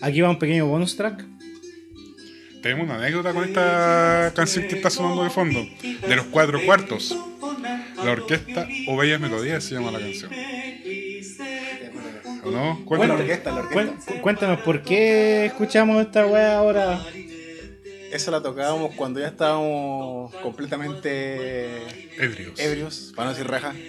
Aquí va un pequeño bonus track. Tenemos una anécdota con esta canción que está sonando de fondo, de los cuatro cuartos. La orquesta O Bellas Melodías se llama la canción. ¿O no? Bueno, Cuéntanos. la orquesta, la Cuen- orquesta. cu- Cuéntanos, ¿por qué escuchamos esta weá ahora? Esa la tocábamos cuando ya estábamos completamente Ebrios. ebrios, para no decir raja.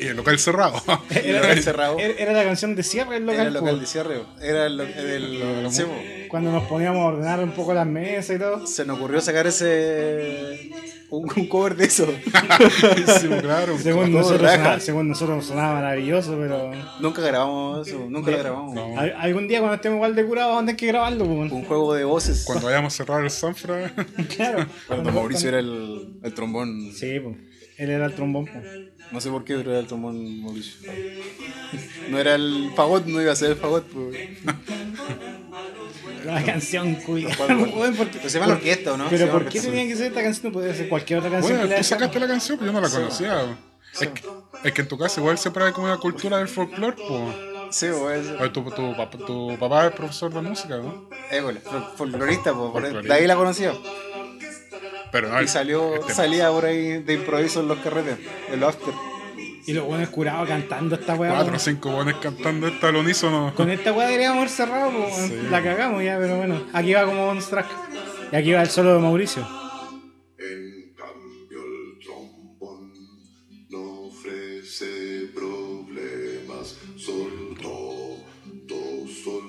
Y el local cerrado. El local cerrado. Era, era la canción de cierre el local. Era el local po. de cierre. Era el, lo- el- Lo de la sí, mu- po. Cuando nos poníamos a ordenar un poco las mesas y todo. Se nos ocurrió sacar ese. Un, un cover de eso. Sí, claro. Según Todo nosotros, raja. sonaba, según nosotros sonaba maravilloso, pero. Nunca grabamos eso, nunca lo No. grabamos. No. Al- algún día cuando estemos igual de curados, antes que grabarlo, po. Un juego de voces. Cuando hayamos cerrado el Sanfra. Claro. Cuando Mauricio era el, el trombón. Sí, po. Él era el trombón, po. No sé por qué pero era el trombón Mauricio. No era el fagot, no iba a ser el fagot. pues. La canción cuya. Weón, ¿por qué- Pero se llama la orquesta, ¿o no? Se Pero llama ¿por qué orquesta. pues tenía que ser esta canción? No podía ser cualquier otra canción que Bueno, le tú haya sacaste la canción, pero yo no la Sí, po. conocía. Es que, es que en tu casa igual se trae como una cultura del folclore, po. Sí, pues. A ver, tu, tu pap- tu papá es profesor de música, ¿no? Ébola, Eh, fol- folclorista, pues. por- De Folclorista. ahí la conocía. Pero no, Y salió, este- salía por ahí de improviso en los carretes, en los after. Y los buenos curados cantando esta weá. Cuatro po. o cinco buenos cantando esta al unísono. Con esta weá deberíamos haber cerrado, po, weón. Sí. la cagamos ya, pero bueno. Aquí va como bonus track. Y aquí va el solo de Mauricio. En cambio el trombón no ofrece problemas. Sol, do, do, sol.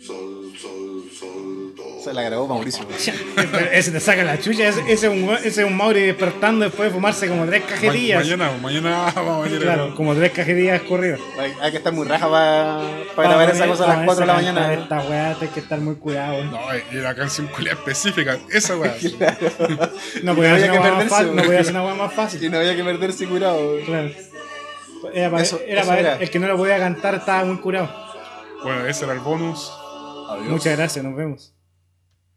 Sol, sol, sol, do. Se la grabó Mauricio. pues. Pero ese te saca la chucha, ese, ese es un, we- ese es un Mauri despertando después de fumarse como tres Ma- cajetillas. mañana, mañana vamos a venir a Claro, como tres cajetillas corridas. Hay, hay que estar muy raja para grabar esa cosa a las 4 de la mañana. ¿no? Esta weá hay que estar muy curado. No, No, y la canción culia específica, esa weá. no podía no hacer una había que weá más perderse, fácil. No weón. podía hacer una weá más Y fácil. no había que perderse curado. pues. Claro. Era para, Eso- era eso para era. el que no lo podía cantar estaba muy curado. Bueno, ese era el bonus. Adiós. Muchas gracias, nos vemos.